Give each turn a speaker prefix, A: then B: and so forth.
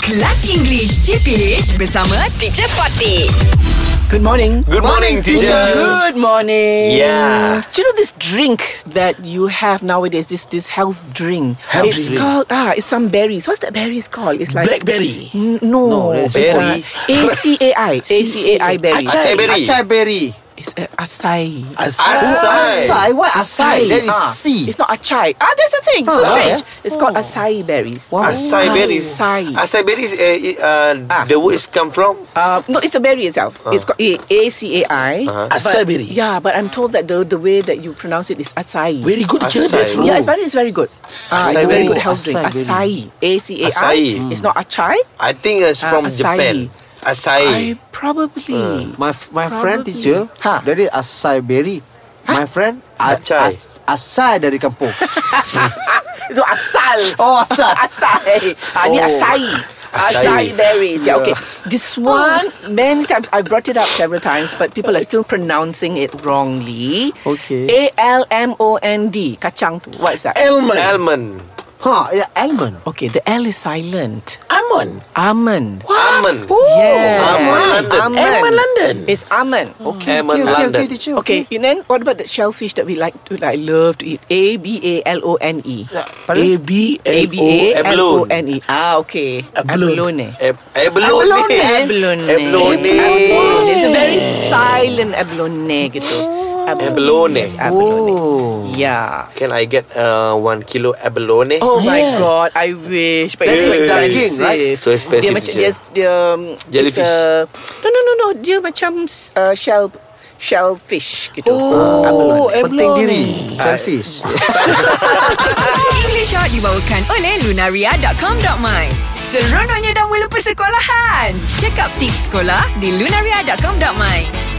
A: Kelas English CPH bersama Teacher Fatih.
B: Good morning.
C: Good morning, teacher.
B: Good morning.
C: Yeah.
B: Do you know this drink that you have nowadays? This this health drink.
C: Health
B: it's
C: drink.
B: called ah, it's some berries. What's that berries called? It's like
D: Blackberry.
B: N- no,
D: No, that's
C: berry.
B: A C A I A C A I berry.
C: Acai berry.
D: Acai berry.
B: It's uh, acai.
D: Acai.
C: Acai.
D: Acai. What acai?
B: Acai.
D: That is
C: Ah.
D: C.
B: It's not achai. Ah, that's the thing. So
D: Ah,
B: strange.
D: yeah.
B: It's called acai berries.
D: Wow.
C: Acai berries.
B: Oh, Acai.
C: Acai berries. Uh, uh,
B: Ah.
C: The words come from
B: Uh, no, it's a berry itself. It's called A C A I.
D: Acai berry.
B: Yeah, but I'm told that the the way that you pronounce it is acai.
D: Very good. Acai.
C: Acai.
D: That's from.
B: Yeah, it's very, it's very good. Uh, it's a
C: Acai
B: very
C: berry.
B: good health drink. Acai.
D: Acai
B: A-C-A-I.
C: Acai.
B: It's not achai.
C: I think it's
B: Ah,
C: from
B: acai.
C: Japan. Acai.
B: I probably.
D: My my friend
B: Probably.
D: teacher
B: Ha.
D: dari acai berry. My friend a-
C: Acai.
D: as- acai dari kampung.
B: So asal.
D: Oh, asal.
B: asal. I need
D: Oh.
B: acai. Acai
C: Acai.
B: berries. Yeah, okay. This one, many times, I brought it up several times, but people are still pronouncing it wrongly.
D: Okay.
B: A-L-M-O-N-D. Kacang tu. What is that?
D: Almond.
C: Almond.
D: ha, yeah, almond.
B: okay, the L is silent.
D: Almond. Oh.
B: Almond.
C: Almond.
B: Yeah.
C: Almond London.
D: Almond London.
B: It's almond.
D: Okay,
C: Almond
D: okay, okay,
C: London.
D: okay, teacher.
B: Okay, and then what about the shellfish that we like to like love to eat? A B A L O N E.
D: A B
B: A B A L O
C: abalone.
B: N E. Ah, okay.
D: Abalone.
C: Ab- Abalone.
B: Abalone.
C: Abalone.
B: It's a very silent abalone gitu.
C: Abalone.
B: Yes, abalone.
D: Oh.
B: Yeah.
C: Can I get uh, one kilo abalone?
B: Oh my
D: Yeah.
B: god, I wish. But it's so
D: That's
C: like
B: expensive.
D: daging, right?
C: So expensive,
B: Dia macam
C: teacher.
B: dia, dia um,
C: Jellyfish.
B: it's a- no no no no, dia macam uh, shell shellfish gitu.
D: Oh,
B: Abalone.
D: penting diri. Selfish.
A: English Hot dibawakan oleh Lunaria.com.my Seronoknya dah mula persekolahan. Check up tips sekolah di Lunaria.com.my